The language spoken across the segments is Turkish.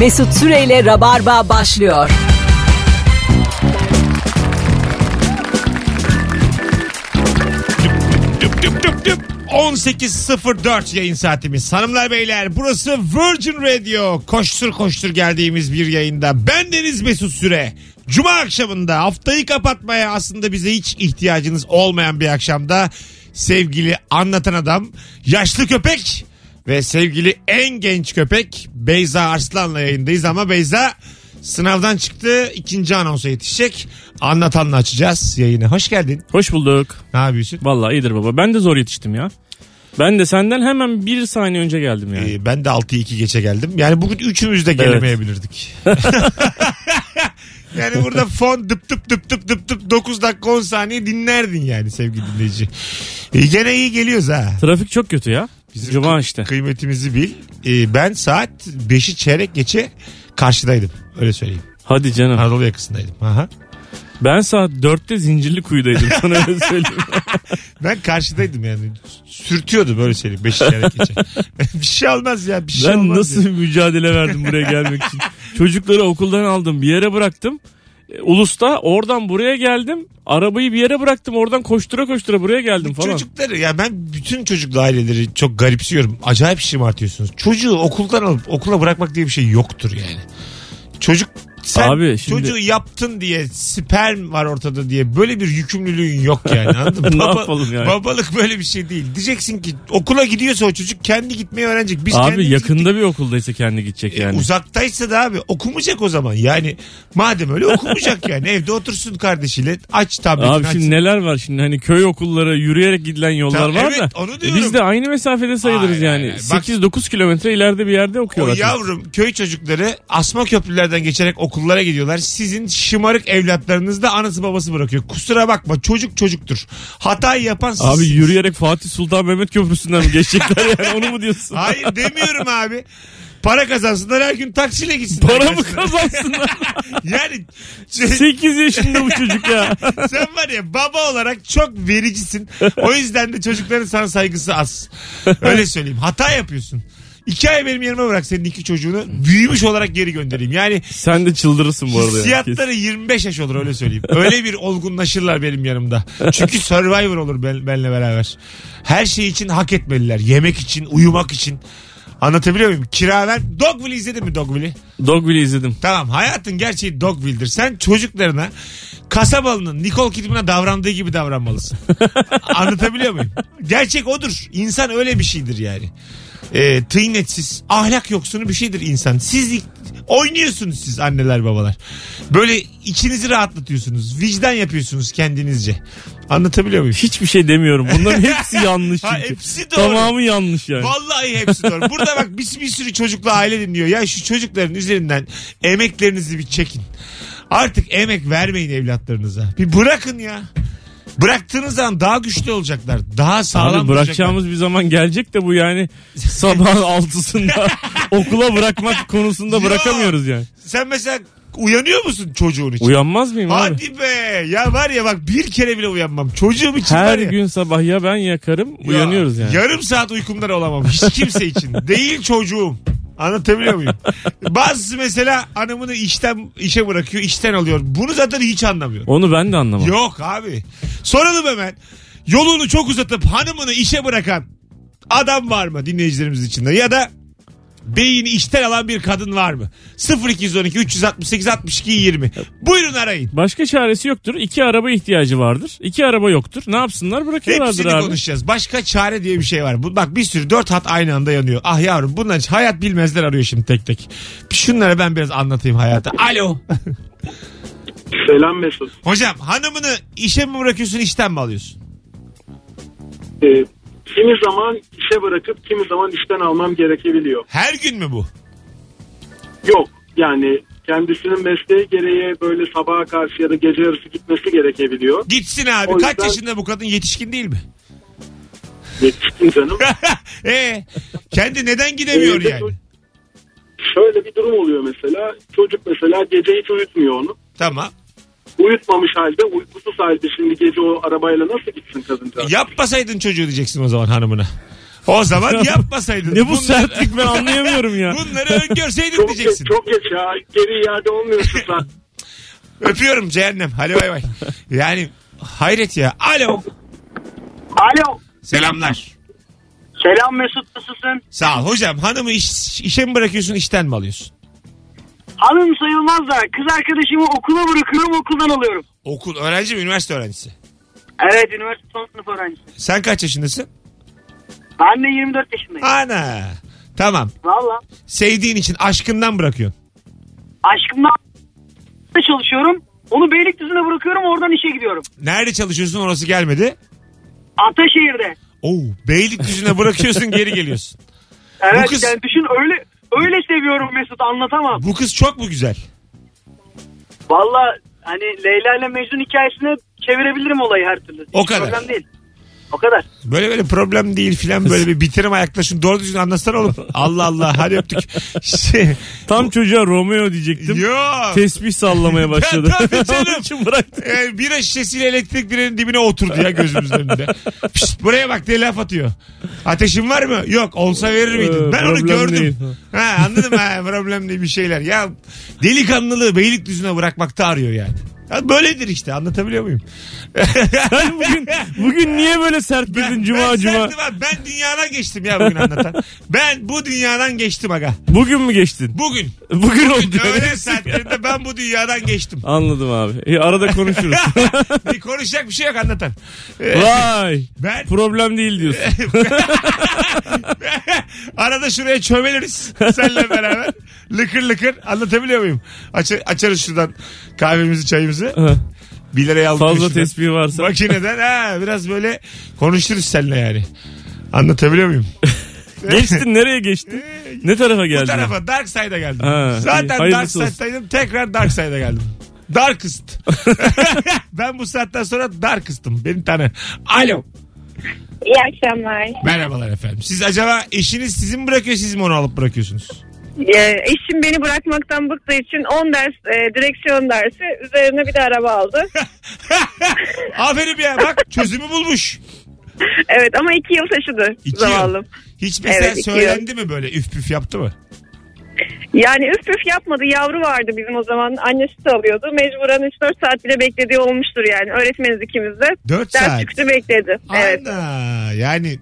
Mesut Süreyle Rabarba başlıyor. Düp düp düp düp. 18.04 yayın saatimiz. Hanımlar beyler burası Virgin Radio. Koştur koştur geldiğimiz bir yayında. Ben Deniz Mesut Süre. Cuma akşamında haftayı kapatmaya aslında bize hiç ihtiyacınız olmayan bir akşamda sevgili anlatan adam, yaşlı köpek ve sevgili en genç köpek Beyza Arslan'la yayındayız ama Beyza sınavdan çıktı ikinci anonsa yetişecek. Anlatanla açacağız yayını. Hoş geldin. Hoş bulduk. Ne yapıyorsun? Vallahi iyidir baba. Ben de zor yetiştim ya. Ben de senden hemen bir saniye önce geldim yani. Ee, ben de 6'yı 2 geçe geldim. Yani bugün üçümüz de gelemeyebilirdik. yani burada fon dıp dıp dıp dıp dıp dıp 9 dakika 10 saniye dinlerdin yani sevgili dinleyici. Ee, gene iyi geliyoruz ha. Trafik çok kötü ya. Bizim Cuma kı- işte. Kıymetimizi bil. Ee, ben saat 5'i çeyrek geçe karşıdaydım. Öyle söyleyeyim. Hadi canım. Anadolu yakasındaydım. Aha. Ben saat 4'te zincirli kuyudaydım. Sana öyle söyleyeyim. Ben karşıdaydım yani. Sürtüyordum öyle söyleyeyim. 5'i çeyrek geçe. bir şey olmaz ya. Bir şey ben olmaz nasıl ya. bir mücadele verdim buraya gelmek için. Çocukları okuldan aldım. Bir yere bıraktım. E, Ulus'ta oradan buraya geldim. Arabayı bir yere bıraktım. Oradan koştura koştura buraya geldim falan. Çocukları ya ben bütün çocuklu aileleri çok garipsiyorum. Acayip şımartıyorsunuz. Çocuğu okuldan alıp okula bırakmak diye bir şey yoktur yani. Çocuk sen Abi şimdi- çocuğu yaptın diye sperm var ortada diye böyle bir yükümlülüğün yok yani anladın mı? Ne yapalım yani? Babalık böyle bir şey değil. Diyeceksin ki okula gidiyorsa o çocuk kendi gitmeyi öğrenecek. Biz Abi kendimiz gittik. E, yakında bir okuldaysa kendi gidecek yani. Uzaktaysa da abi okumayacak o zaman. Yani madem öyle okumayacak yani. Evde otursun kardeşiyle. Aç tabletini Abi açsın. şimdi neler var şimdi hani köy okullara yürüyerek gidilen yollar Tamam, var evet, da onu e, diyorum. biz de aynı mesafede sayılırız Hayır, yani. hayır, hayır. Bak- 8-9 kilometre ileride bir yerde O okuyorlar. yavrum köy çocukları asma köprülerden geçerek okullara gidiyorlar. Sizin şımarık evlatlarınız da anası babası bırakıyor. Kusura bakma çocuk çocuktur. Hatayı yapan siz. Abi yürüyerek Fatih Sultan Mehmet Köprüsü'nden mi geçecekler yani onu mu diyorsun? Hayır demiyorum abi. Para kazansınlar her gün taksiyle gitsinler. Para mı gelsinler. kazansınlar? Yani sen- 8 yaşında bu çocuk ya. sen var ya baba olarak çok vericisin. O yüzden de çocukların sana saygısı az. Öyle söyleyeyim. Hata yapıyorsun. İki ay benim yanıma bırak senin iki çocuğunu. Büyümüş olarak geri göndereyim. Yani Sen de çıldırırsın bu arada. ya. Hissiyatları 25 yaş olur öyle söyleyeyim. Öyle bir olgunlaşırlar benim yanımda. Çünkü survivor olur ben, benle beraber. Her şey için hak etmeliler. Yemek için, uyumak için. Anlatabiliyor muyum? Kira ver. Dogville izledin mi Dogville'i? Dogville'i izledim. Tamam hayatın gerçeği Dogville'dir. Sen çocuklarına kasabalının Nicole Kidman'a davrandığı gibi davranmalısın. Anlatabiliyor muyum? Gerçek odur. İnsan öyle bir şeydir yani. Ee, tıynetsiz, ahlak yoksunu bir şeydir insan. Siz ilk- oynuyorsunuz siz anneler babalar. Böyle içinizi rahatlatıyorsunuz. Vicdan yapıyorsunuz kendinizce. Anlatabiliyor muyum? Hiçbir şey demiyorum. Bunların hepsi yanlış Ha, çünkü. hepsi doğru. Tamamı yanlış yani. Vallahi hepsi doğru. Burada bak biz bir sürü çocukla aile dinliyor. Ya şu çocukların üzerinden emeklerinizi bir çekin. Artık emek vermeyin evlatlarınıza. Bir bırakın ya. Bıraktığınız zaman daha güçlü olacaklar. Daha sağlam Abi bırakacağımız bir zaman gelecek de bu yani sabah altısında okula bırakmak konusunda Yo. bırakamıyoruz yani. olacaklar. Sen mesela uyanıyor musun çocuğun için? Uyanmaz mıyım abi? Hadi be. Ya var ya bak bir kere bile uyanmam. Çocuğum için var Her ya. gün sabah ya ben ya karım Ya, uyanıyoruz yani. Yarım saat uykumdan olamam. Hiç kimse için. Değil çocuğum. Anlatabiliyor muyum? Bazısı mesela hanımını işten işe bırakıyor, işten alıyor. Bunu zaten hiç anlamıyor. Onu ben de anlamam. Yok abi. Soralım hemen. Yolunu çok uzatıp hanımını işe bırakan adam var mı dinleyicilerimiz içinde? Ya da beyini işten alan bir kadın var mı? 0212 368 62 20. Buyurun arayın. Başka çaresi yoktur. İki araba ihtiyacı vardır. İki araba yoktur. Ne yapsınlar? Bırakıyorlardır Hepsini abi. konuşacağız. Başka çare diye bir şey var. Bu, bak bir sürü dört hat aynı anda yanıyor. Ah yavrum bunlar hayat bilmezler arıyor şimdi tek tek. Şunlara ben biraz anlatayım hayatı. Alo. Selam Mesut. Hocam hanımını işe mi bırakıyorsun işten mi alıyorsun? Ee, kimi zaman işe bırakıp kimi zaman işten almam gerekebiliyor. Her gün mü bu? Yok yani kendisinin mesleği gereği böyle sabaha karşı ya da gece yarısı gitmesi gerekebiliyor. Gitsin abi. O Kaç yüzden- yaşında bu kadın yetişkin değil mi? Yetiştim canım. e kendi neden gidemiyor Evde yani? çocuk- Şöyle bir durum oluyor mesela. Çocuk mesela gece hiç uyutmuyor onu. Tamam. Uyutmamış halde uykusuz halde şimdi gece o arabayla nasıl gitsin kadıncağız? Yapmasaydın çocuğu diyeceksin o zaman hanımına. O zaman yapmasaydın. Ne bu Bunları- sertlik ben anlayamıyorum ya. şey, Bunları öngörseydin Çok geç, diyeceksin. çok geç ya. Geri iade olmuyorsun sen. Öpüyorum cehennem. Hadi bay bay. Yani hayret ya. Alo. Alo. Selamlar. Selam Mesut nasılsın? Sağ ol. Hocam hanımı iş- işe mi bırakıyorsun işten mi alıyorsun? Hanım sayılmaz da kız arkadaşımı okula bırakıyorum okuldan alıyorum. Okul öğrenci mi üniversite öğrencisi? Evet üniversite son sınıf öğrencisi. Sen kaç yaşındasın? Ben de 24 yaşındayım. Ana. Tamam. Valla. Sevdiğin için aşkından bırakıyorsun. Aşkımdan çalışıyorum. Onu Beylikdüzü'ne bırakıyorum oradan işe gidiyorum. Nerede çalışıyorsun orası gelmedi. Ataşehir'de. Oo, Beylikdüzü'ne bırakıyorsun geri geliyorsun. Evet Bu kız- yani düşün öyle öyle seviyorum Mesut anlatamam. Bu kız çok mu güzel? Valla hani Leyla ile Mecnun hikayesini çevirebilirim olayı her türlü. O Hiç kadar. Problem değil. O kadar. Böyle böyle problem değil filan böyle bir bitirim ayaklaşın doğru düzgün anlatsana oğlum. Allah Allah hadi öptük. Şey, Tam çocuğa Romeo diyecektim. yok. Tesbih sallamaya başladı. Tabii canım. Onun için bıraktım. Ee, bira şişesiyle elektrik direğinin dibine oturdu ya gözümüzün önünde. Pişt, buraya bak diye laf atıyor. Ateşin var mı? Yok olsa verir miydin? Ee, Ben onu problem gördüm. değil. Ha, anladım ha problem değil bir şeyler. Ya delikanlılığı beylikdüzüne bırakmakta arıyor yani. Ya böyledir işte anlatabiliyor muyum? Ben bugün, bugün niye böyle sert girdin cuma ben cuma? serdim abi. Ben dünyadan geçtim ya bugün anlatan. ben bu dünyadan geçtim aga. Bugün mü geçtin? Bugün. Bugün oldu. Öğlen saatlerinde ben bu dünyadan geçtim. Anladım abi. E, arada konuşuruz. Bir konuşacak bir şey yok anlatan. Ee, Vay. ben Problem değil diyorsun. Arada şuraya çömeliriz seninle beraber. Lıkır lıkır anlatabiliyor muyum? Aç, açarız şuradan kahvemizi çayımızı. Bir liraya aldık. Fazla şuradan. tesbih varsa. Makineden ha, biraz böyle konuşuruz seninle yani. Anlatabiliyor muyum? Geçtin nereye geçtin? Ne tarafa Bu geldin? tarafa Dark Side'a geldim. Ha, Zaten iyi. Hayırlısı Dark olsun. Side'daydım tekrar Dark Side'a geldim. Darkest. ben bu saatten sonra Darkest'ım. Beni tanı. Alo. İyi akşamlar. Merhabalar efendim. Siz acaba eşiniz sizi mi bırakıyor siz mi onu alıp bırakıyorsunuz? Ee, eşim beni bırakmaktan bıktığı için 10 ders e, direksiyon dersi üzerine bir de araba aldı. Aferin ya bak çözümü bulmuş. evet ama 2 yıl taşıdı İki zavallım. yıl. Hiç mesela Evet, iki söylendi mi böyle üf püf yaptı mı? Yani üf üf yapmadı yavru vardı bizim o zaman annesi de alıyordu. Mecburen 3-4 saat bile beklediği olmuştur yani öğretmeniz ikimiz de. Dört Ders saat. çıktı bekledi. Evet. Ana yani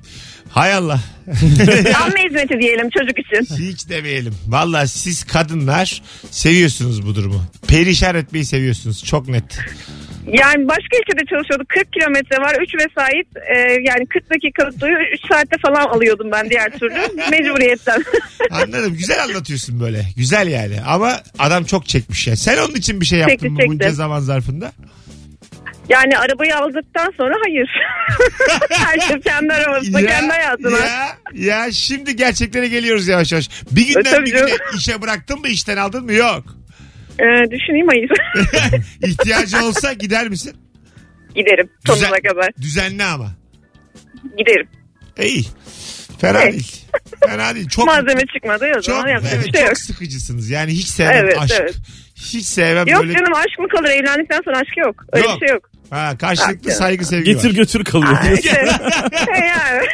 hay Allah. Amme hizmeti diyelim çocuk için. Hiç demeyelim. Valla siz kadınlar seviyorsunuz bu durumu. Perişan etmeyi seviyorsunuz çok net. Yani başka ülkede çalışıyorduk 40 kilometre var 3 vesait e, yani 40 dakikalık duyu 3 saatte falan alıyordum ben diğer türlü mecburiyetten. Anladım güzel anlatıyorsun böyle. Güzel yani ama adam çok çekmiş ya. Sen onun için bir şey yaptın Çekti, mı çekti. bunca zaman zarfında? Yani arabayı aldıktan sonra hayır. Herkes kendi arabasında, kendi hayatına. ya, ya şimdi gerçeklere geliyoruz yavaş yavaş. Bir E, günden tabii bir güne canım. işe bıraktın mı işten aldın mı? Yok. Ee, düşüneyim hayır. İhtiyacı olsa gider misin? Giderim Güzel. sonuna kadar. Düzenli ama. Giderim. E, iyi. Fena Evet. değil. Fena değil. Çok Malzeme çıkmadı ya o çok, zaman yapacak evet, bir şey yok. çok sıkıcısınız. Yani hiç sevmem Evet, aşk. evet. Hiç sevmem Yok böyle. canım aşk mı kalır evlendikten sonra aşk yok. Öyle Yok. bir şey yok. Ha, karşılıklı Ha, saygı sevgi Getir var. götür kalıyor. İşte, şey yani.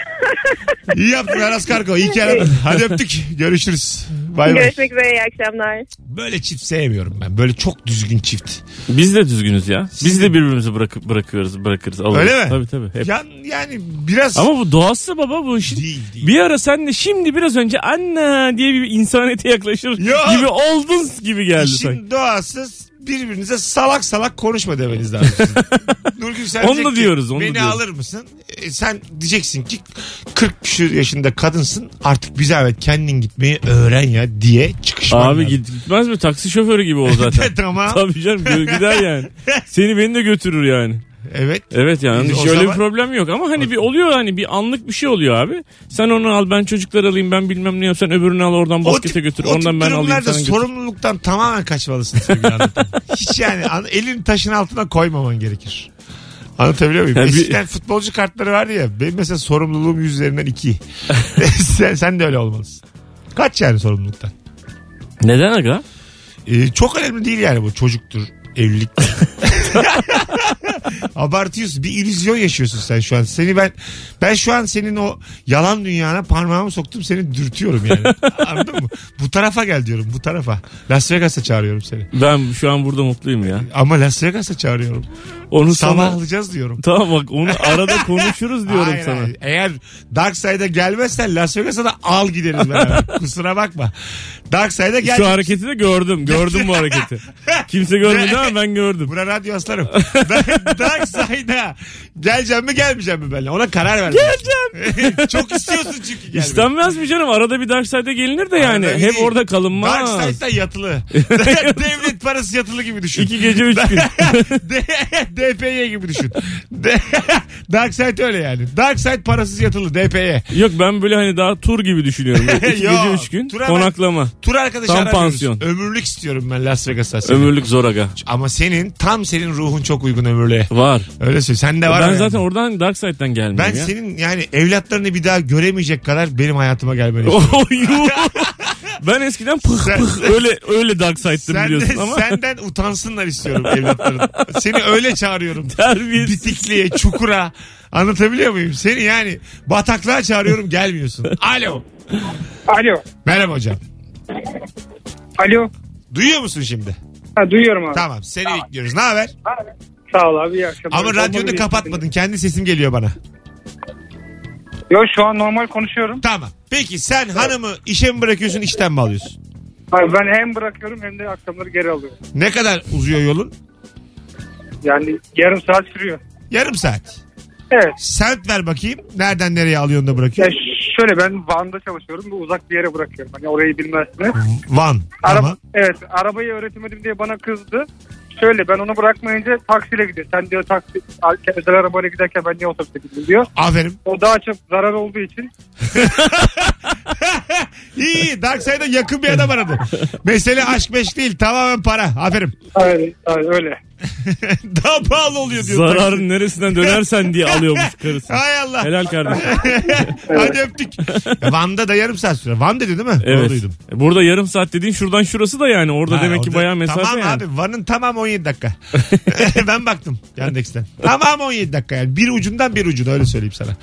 İyi yaptın Aras Karko. İyi ki aradın. Hadi öptük. Görüşürüz. Bay bay. Görüşmek üzere iyi akşamlar. Böyle çift sevmiyorum ben. Böyle çok düzgün çift. Biz de düzgünüz ya. Biz de birbirimizi bırakıp bırakıyoruz, bırakırız. alırız. Öyle mi? Tabii tabii. Hep. Yan, yani biraz Ama bu doğası baba bu işin. değil değil. Bir ara sen de şimdi biraz önce anne diye bir insaniyete yaklaşır Yok. gibi oldun gibi geldi sanki. İşin doğası birbirinize salak salak konuşma demeniz lazım. Nurgül sen Onu diyecek ki, diyoruz, onu beni diyoruz." alır mısın? E, sen diyeceksin ki 40 küsur yaşında kadınsın artık bir zahmet kendin gitmeyi öğren ya diye çıkışman Abi lazım. git- gitmez mi? Taksi şoförü gibi o zaten. Tamam. Tabii canım gö- gider yani. Seni beni de götürür yani. Evet. Evet yani Biz o şöyle zaman- bir problem yok ama hani bir oluyor hani bir anlık bir şey oluyor abi. Sen onu al ben çocukları alayım ben bilmem ne yap sen öbürünü al oradan O baskete tip- şey götür o tip ondan ben alayım durumlarda sana götür. sorumluluktan tamamen kaçmalısın sevgili anlatan. Hiç yani an- elini taşın altına koymaman gerekir. Anlatabiliyor muyum? Ya bir- Eskiden futbolcu kartları vardı ya. Benim mesela sorumluluğum yüzlerinden iki. sen, sen de öyle olmalısın. Kaç yani sorumluluktan? Neden aga? Ee, çok önemli değil yani bu çocuktur, evlilik. Abartıyorsun. Bir illüzyon yaşıyorsun sen şu an. Seni ben ben şu an senin o yalan dünyana parmağımı soktum seni dürtüyorum yani. Anladın mı? Bu tarafa gel diyorum bu tarafa. Las Vegas'a çağırıyorum seni. Ben şu an burada mutluyum ya. Ama Las Vegas'a çağırıyorum. Onu sana... Sabahlayacağız diyorum. Tamam bak onu arada konuşuruz diyorum Hayır, sana. hayır. Eğer Dark Side'a gelmezsen Las Vegas'a da al gideriz beraber. Kusura bakma. Dark Side'a gel. Şu hareketi de gördüm. Gördüm bu hareketi. Kimse görmedi ama ben gördüm. Buna radyo aslarım. Dark- Dark Side'a geleceğim mi gelmeyeceğim mi benimle? Ona karar ver. Geleceğim. Çok istiyorsun çünkü gelmeyi. İstenmez mi canım? Arada bir Dark Side'e gelinir de yani. Arada Hep değil. orada kalınmaz. Dark Side'da yatılı. Devlet parası yatılı gibi düşün. İki gece üç gün. D- DPY gibi düşün. D- Dark Side öyle yani. Dark Side parasız yatılı DPY. Yok ben böyle hani daha tur gibi düşünüyorum. İki gece Yok, üç gün tura ben- konaklama. Tur arkadaşı Tam aramıyoruz. pansiyon. Ömürlük istiyorum ben Las Vegas'a. seni. Ömürlük zor aga. Ama senin tam senin ruhun çok uygun ömürlüğe. Var. Öyle söyle. Sen de E, var. ben ama zaten yani. oradan Dark Side'den gelmiyorum ben ya. senin yani evlatlarını bir daha göremeyecek kadar benim hayatıma gelmeni istiyorum. Oh, yuh. ben eskiden pıh Sen- pıh öyle öyle Dark Side'dım Sen biliyorsun de- ama senden utansınlar istiyorum evlatların. Seni öyle çağırıyorum. terbiyesiz. Bitikliğe, çukura. Anlatabiliyor muyum? Seni yani bataklığa çağırıyorum gelmiyorsun. Alo. Alo. Merhaba hocam. Alo. Duyuyor musun şimdi? Ha, duyuyorum abi. Tamam seni bekliyoruz. Ne haber? Sağ ol abi. iyi akşamlar. Ama Bomba radyonu gibi kapatmadın. Kendi sesim geliyor bana. geçti. Yo şu an normal konuşuyorum. Tamam. Peki sen hanımı işe mi bırakıyorsun işten mi alıyorsun? Abi, ben hem bırakıyorum hem de akşamları geri alıyorum. Ne kadar uzuyor yolun? Yani yarım saat sürüyor. Yarım saat. Evet. Sent ver bakayım. Nereden nereye alıyorsun da Ya bırakıyorsun? şöyle ben Van'da çalışıyorum. Bu uzak bir yere bırakıyorum. Hani orayı bilmezsiniz. Van. Araba, Tamam. Evet arabayı öğretemedim diye bana kızdı. Şöyle ben onu bırakmayınca taksiyle gidiyor. Sen diyor taksi, mesela arabayla giderken ben niye otobüse gittim diyor. Aferin. O daha çok zarar olduğu için. İyi iyi. Dark Side'a yakın bir adam aradı. Mesele aşk meşk değil. Tamamen para. Aferin. Aynen, aynen öyle. Daha pahalı oluyor diyor. Zararın neresinden dönersen diye alıyormuş karısı. Hay Allah. Helal kardeşim. Hadi öptük. E, Van'da da yarım saat süre. Van dedi değil mi? Evet. Doğruydum. E, Burada yarım saat dediğin şuradan şurası da yani. Orada Ha, demek ki orada- bayağı mesafe Tamam yani. abi Van'ın tamam 17 dakika. ben baktım Yandex'ten. Tamam 17 dakika yani. Bir ucundan bir ucuna öyle söyleyeyim sana.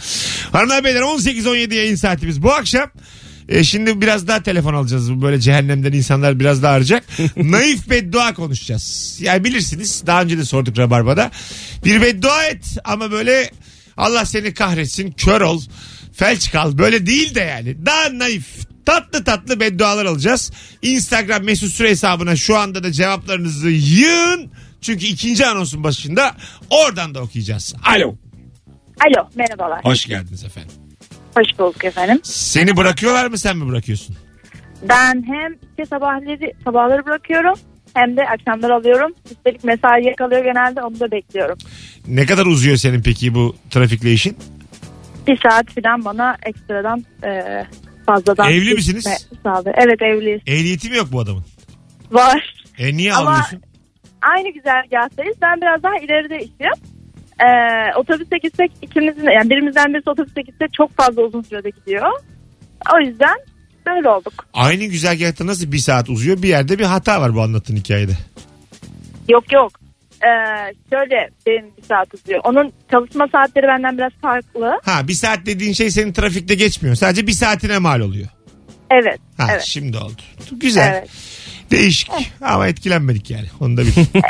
Hanımlar beyler 18-17 yayın saatimiz. Bu akşam e, şimdi biraz daha telefon alacağız. Bu Böyle cehennemden insanlar biraz daha arayacak. Naif beddua konuşacağız. Yani bilirsiniz daha önce de sorduk Rabarba'da. Bir beddua et ama böyle Allah seni kahretsin kör ol felç kal böyle değil de yani daha naif tatlı tatlı beddualar alacağız. Instagram mesut süre hesabına şu anda da cevaplarınızı yığın. Çünkü ikinci anonsun başında oradan da okuyacağız. Alo. Alo merhabalar. Hoş geldiniz efendim. Hoş bulduk efendim. Seni bırakıyorlar mı sen mi bırakıyorsun? Ben hem işte sabahları, sabahları bırakıyorum hem de akşamları alıyorum. Üstelik mesai yakalıyor genelde onu da bekliyorum. Ne kadar uzuyor senin peki bu trafikle işin? Bir saat falan bana ekstradan e, fazladan. Evli gitme misiniz? sağlıyor. Evet evliyiz. Ehliyeti mi yok bu adamın? Var. E niye Ama- alıyorsun? Aynı güzergahtayız. Ben biraz daha ileride işim. E, otobüse gitsek ikimizin yani birimizden birisi otobüse gitse çok fazla uzun sürede gidiyor. O yüzden böyle olduk. Aynı güzergahta nasıl bir saat uzuyor? Bir yerde bir hata var bu anlattığın hikayede. Yok yok. Ee, şöyle benim bir saat uzuyor. Onun çalışma saatleri benden biraz farklı. Ha bir saat dediğin şey senin trafikte geçmiyor. Sadece bir saatine mal oluyor. Evet. Ha evet. şimdi oldu. Güzel. Evet. Eh. Değişik ama etkilenmedik yani. Onu da bil.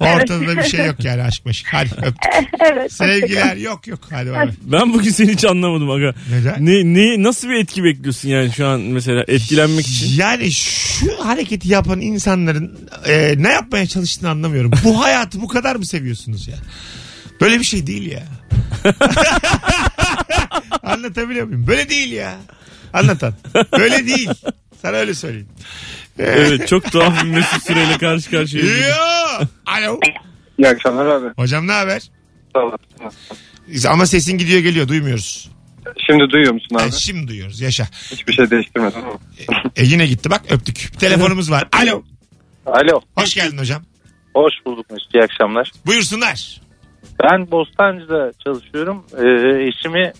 Ortada bir şey yok yani aşk meşk. Hadi öptük. Evet. Sevgiler yok yok. Hadi bay bay. Ben bugün seni hiç anlamadım aga. Neden? Ne, ne, nasıl bir etki bekliyorsun yani şu an mesela etkilenmek için? Yani şu hareketi yapan insanların e, ne yapmaya çalıştığını anlamıyorum. Bu hayatı bu kadar mı seviyorsunuz ya? Böyle bir şey değil ya. Anlatabiliyor muyum? Böyle değil ya. Anlatan. Böyle değil. Sana öyle söyleyeyim. Evet çok tuhaf bir mesut süreyle karşı karşıyayız. Yo. Alo. İyi akşamlar abi. Hocam ne haber? Sağ ol. Ama sesin gidiyor geliyor duymuyoruz. Şimdi duyuyor musun Ha, şimdi duyuyoruz yaşa. Hiçbir şey değiştirmedim. E yine gitti bak öptük. Telefonumuz var. Alo. Alo. Hoş geldin hocam. Hoş bulduk Mesut. İyi akşamlar. Buyursunlar. Ben Bostancı'da çalışıyorum. Ee, eşimi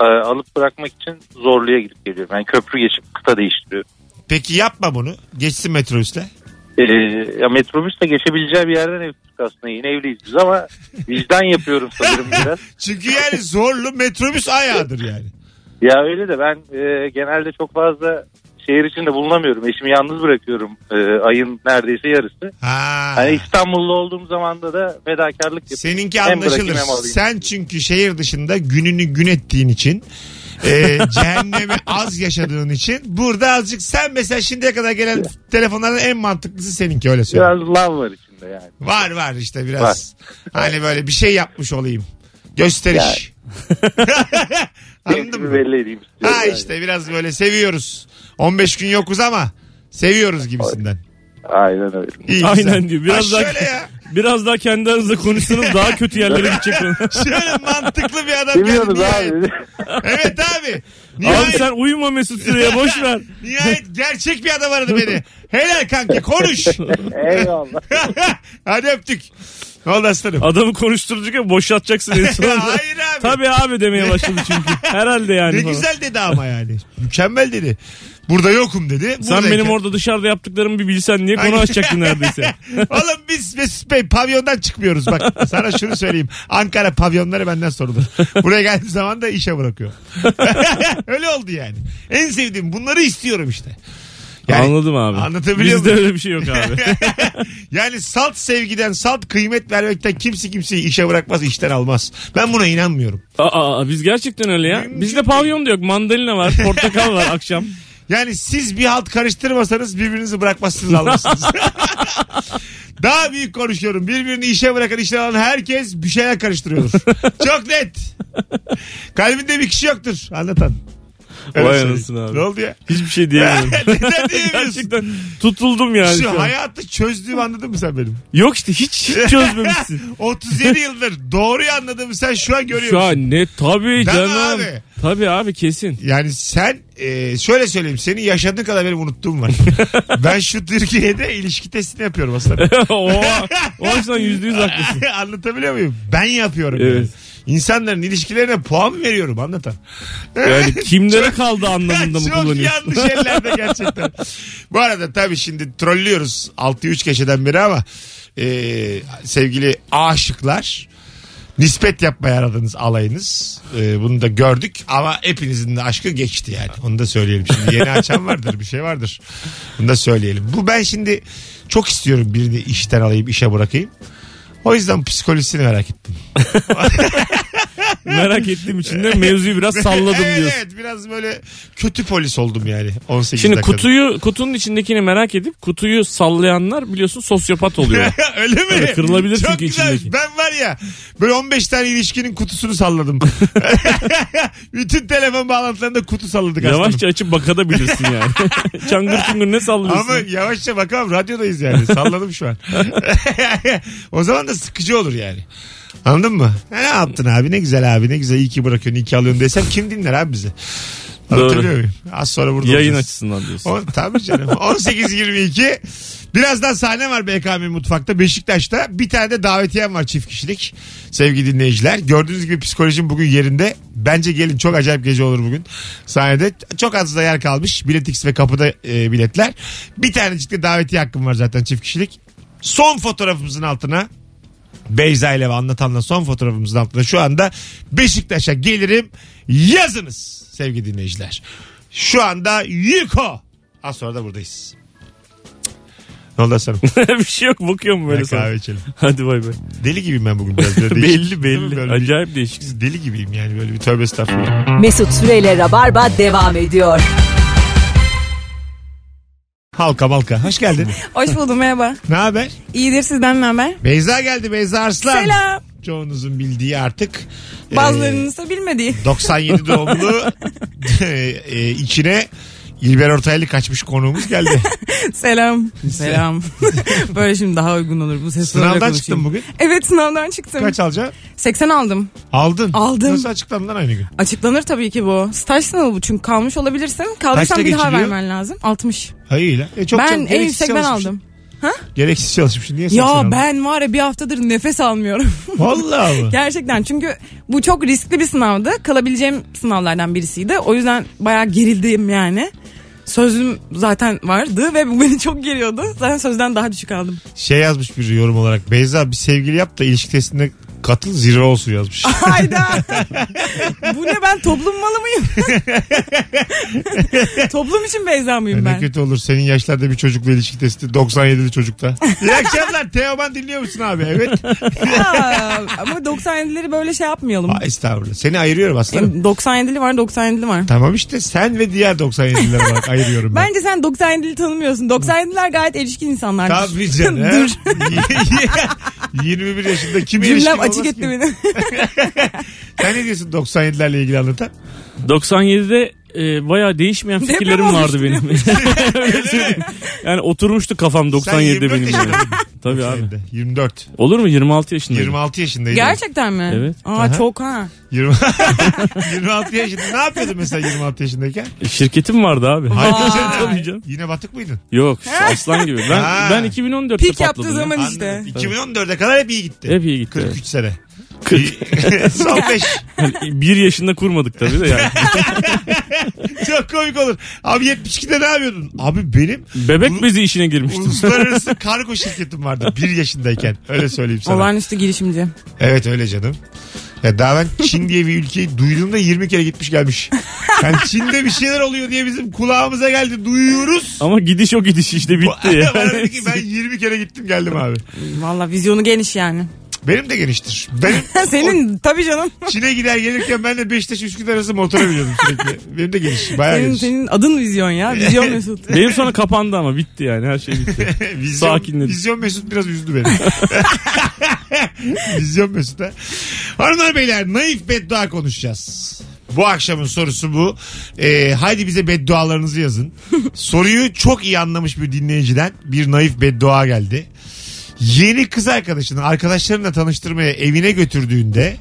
e, alıp bırakmak için Zorlu'ya gidip geliyorum. Yani köprü geçip kıta değiştiriyorum. Peki yapma bunu. Geçsin metrobüsle. e, ya metrobüsle geçebileceği bir yerden ev tuttuk aslında. Yine evliyiz biz ama vicdan yapıyorum sanırım biraz. Çünkü yani zorlu metrobüs ayağıdır yani. Ya öyle de ben e, genelde çok fazla şehir içinde bulunamıyorum. Eşimi yalnız bırakıyorum e, ayın neredeyse yarısı. Ha. Hani İstanbullu olduğum zamanda da fedakarlık yapıyorum. Seninki Hem bırakayım anlaşılır. hem alayım. Sen çünkü şehir dışında gününü gün ettiğin için e, cehennemi az yaşadığın için burada azıcık sen mesela şimdiye kadar gelen telefonların en mantıklısı seninki öyle söyleyeyim. Biraz lav var içinde yani. Var var işte biraz. Hani böyle bir şey yapmış olayım. Gösteriş. Anladın Sevgimi mı? belli edeyim istiyorum. Ha yani. işte biraz böyle seviyoruz. 15 gün yokuz ama seviyoruz gibisinden. Aynen öyle. İyi, güzel. Aynen diyor. Biraz ha daha şöyle ya. biraz daha kendi aranızda konuşsanız daha kötü yerlere gidecek konu. Şöyle mantıklı bir adam geldi. Seviyoruz nihayet. abi. Evet abi. Abi Nihayet, sen uyuma Mesut Süre'ye boş ver. nihayet gerçek bir adam aradı beni. Helal kanki konuş. Eyvallah. Hadi öptük. Ne oldu aslanım? Adamı konuşturacak ya boşaltacaksın en sonunda. Hayır abi. Tabii abi demeye başladı çünkü. Herhalde yani. Ne falan. güzel dedi ama yani. Mükemmel dedi. Burada yokum dedi. Sen Buradayken- benim orada dışarıda yaptıklarımı bir bilsen niye konu Aynen. açacaktın neredeyse. Oğlum biz Mesut Bey pavyondan çıkmıyoruz bak. Sana şunu söyleyeyim. Ankara pavyonları benden sorulur. Buraya geldiğim zaman da işe bırakıyor. Öyle oldu yani. En sevdiğim bunları istiyorum işte. Yani- Anladım abi. Anlatabiliyor Bizde muyum? öyle bir şey yok abi. yani salt sevgiden, salt kıymet vermekten kimse kimseyi işe bırakmaz, işten almaz. Ben buna inanmıyorum. Aa, aa, biz gerçekten öyle ya. Mümkün Bizde pavyon da yok. Mandalina var, portakal var akşam. Yani siz bir halt karıştırmasanız birbirinizi bırakmazsınız almazsınız. Daha büyük konuşuyorum. Birbirini işe bırakan işten alan herkes bir şeyler karıştırıyordur. Çok net. Kalbinde bir kişi yoktur anlatan. Öyle Vay söyleyeyim. anasını abi. Ne oldu ya? Hiçbir şey diyemiyorum. Neden diyemiyorsun? gerçekten tutuldum yani. şu Şu an. hayatı çözdüğümü anladın mı sen benim? Yok işte hiç, hiç çözmemişsin. 37 yıldır doğruyu anladığımı sen şu an görüyorsun. Şu an ne tabii mi canım. abi? Tabii abi kesin. Yani sen e, şöyle söyleyeyim senin yaşadığın kadar benim unuttuğum var. ben şu Türkiye'de ilişki testini yapıyorum aslında. o, o açıdan yüzde yüz haklısın. Anlatabiliyor muyum? Ben yapıyorum. Evet. yani. İnsanların ilişkilerine puan veriyorum anlatan. Yani kimlere kaldı anlamında mı Çok kullanıyorsun? yanlış ellerde gerçekten. Bu arada tabii şimdi trollüyoruz 6-3 keçeden beri ama e, sevgili aşıklar nispet yapmaya aradınız alayınız. E, bunu da gördük ama hepinizin de aşkı geçti yani. Onu da söyleyelim. Şimdi yeni açan vardır bir şey vardır. Bunu da söyleyelim. Bu ben şimdi çok istiyorum birini işten alayım işe bırakayım. O yüzden psikolojisini merak ettim. Merak ettiğim için de mevzuyu biraz salladım evet, diyorsun. Evet biraz böyle kötü polis oldum yani 18 Şimdi dakikada. kutuyu kutunun içindekini merak edip kutuyu sallayanlar biliyorsun sosyopat oluyor. Öyle mi? Öyle kırılabilir Çok çünkü güzel. içindeki. Ben var ya böyle 15 tane ilişkinin kutusunu salladım. Bütün telefon bağlantılarında kutu salladık Yavaşça aslında. açıp bakabilirsin yani. Çangır çungur ne sallıyorsun? Ama yavaşça bakalım radyodayız yani. Salladım şu an. o zaman da sıkıcı olur yani. Anladın mı? Ha, ne yaptın abi ne güzel abi ne güzel iyi ki bırakıyorsun iyi ki alıyorsun desem kim dinler abi bizi? Doğru. Anlatabiliyor muyum? Az sonra burada Yayın olacağız. açısından diyorsun. O, tabii canım. 18-22. Birazdan sahne var BKM Mutfak'ta. Beşiktaş'ta. Bir tane de davetiyem var çift kişilik. Sevgili dinleyiciler. Gördüğünüz gibi psikolojim bugün yerinde. Bence gelin çok acayip gece olur bugün. Sahnede çok az da yer kalmış. Bilet X ve kapıda e, biletler. Bir tanecik de davetiye hakkım var zaten çift kişilik. Son fotoğrafımızın altına Beyza ile ve anlatanla son fotoğrafımızın altında şu anda Beşiktaş'a gelirim yazınız sevgili dinleyiciler. Şu anda Yuko. Az sonra da buradayız. Ne oldu Hasan'ım? bir şey yok bakıyorum böyle Bir sana. kahve içelim. Hadi bay bay. Deli gibiyim ben bugün biraz. Böyle değişik. belli Değil mi? belli. Böyle bir- Acayip değişik. Deli gibiyim yani böyle bir tövbe estağfurullah. Mesut Süreyle Rabarba devam ediyor. Halka malka. Hoş geldin. Hoş buldum merhaba. ne haber? İyidir sizden mi haber? Beyza geldi Beyza Arslan. Selam. Çoğunuzun bildiği artık. Ee, Bazılarınız da bilmediği. 97 doğumlu e, e, içine İlber Ortaylı kaçmış konuğumuz geldi. Selam. Selam. Böyle şimdi daha uygun olur bu ses. Sınavdan olarak konuşayım. çıktın bugün. Evet sınavdan çıktım. Kaç alacaksın? 80 aldım. Aldın. Aldım. Nasıl açıklandın lan aynı gün? Açıklanır tabii ki bu. Staj sınavı bu çünkü kalmış olabilirsin. Kaldıysan bir daha geçiliyor? vermen lazım. 60. Hayır E çok ben çok en gereksiz yüksek ben çalışmışsın. aldım. Gereksiz çalışmışsın. Niye Ya 80 aldın? ben var ya bir haftadır nefes almıyorum. Vallahi mı? Gerçekten çünkü bu çok riskli bir sınavdı. Kalabileceğim sınavlardan birisiydi. O yüzden bayağı gerildim yani. Sözüm zaten vardı ve bu beni çok geriyordu. Zaten sözden daha düşük aldım. Şey yazmış bir yorum olarak. Beyza bir sevgili yap da ilişki testine katıl zirve olsun yazmış. Hayda. bu ne ben toplum malı mıyım? toplum için Beyza mıyım ne ben? kötü olur senin yaşlarda bir çocukla ilişki testi 97'li çocukta. İyi akşamlar Teoman dinliyor musun abi? Evet. Aa, ama 97'leri böyle şey yapmayalım. Aa, estağfurullah. Seni ayırıyorum aslında. Yani 97'li var 97'li var. Tamam işte sen ve diğer 97'liler olarak ayırıyorum ben. Bence sen 97'li tanımıyorsun. 97'liler gayet erişkin insanlardır. Tabii canım. Dur. 21 yaşında kim Cümlem erişkin açık olmaz etti ki? beni. Sen ne diyorsun 97'lerle ilgili anlatan? 97'de e, bayağı değişmeyen Deprem fikirlerim vardı olmuştu benim. Öyle söyleyeyim. yani oturmuştu kafam 97 24 benim. Yani. yaşındaydın. Tabii abi. 97'de. 24. Olur mu 26 yaşındayım. 26 yaşındaydım. Gerçekten mi? Evet. Aa çok ha. 26 yaşında ne yapıyordun mesela 26 yaşındayken? E, Şirketim vardı abi. Hayır Vay. canım. Tabii canım. Yine batık mıydın? Yok işte aslan gibi. Ha. Ben ben 2014'te Pik yaptığı patladım. ya. zaman Anladım. işte. 2014'e kadar hep iyi gitti. Hep iyi gitti, 43 evet. sene. Son 5. Yani bir yaşında kurmadık tabii de yani. Çok komik olur. Abi 72'de ne yapıyordun? Abi benim Bebek bezi işine girmiştim. uluslararası kargo şirketim vardı 1 yaşındayken. Öyle söyleyeyim sana. Olağanüstü girişimci. Evet öyle canım. Ya daha ben Çin diye bir ülkeyi duyduğumda 20 kere gitmiş gelmiş. Yani Çin'de bir şeyler oluyor diye bizim kulağımıza geldi. Duyuyoruz. Ama gidiş o gidiş işte bitti Bana dedi yani. ki ben 20 kere gittim geldim abi. Valla vizyonu geniş yani. Benim de geniştir. Benim Senin tabii canım. Çin'e gider gelirken ben de Beşiktaş Üsküdar arası motora biniyordum sürekli. Benim de geniş. Bayağı Senin, geniş. senin adın vizyon ya. Vizyon Mesut. Benim sonra kapandı ama bitti yani her şey bitti. vizyon, Sakinledim. Vizyon Mesut biraz üzdü beni. vizyon Mesut ha. Hanımlar beyler naif beddua konuşacağız. Bu akşamın sorusu bu. Ee, haydi bize beddualarınızı yazın. Soruyu çok iyi anlamış bir dinleyiciden bir naif beddua geldi. Yeni kız arkadaşını arkadaşlarınla tanıştırmaya evine götürdüğünde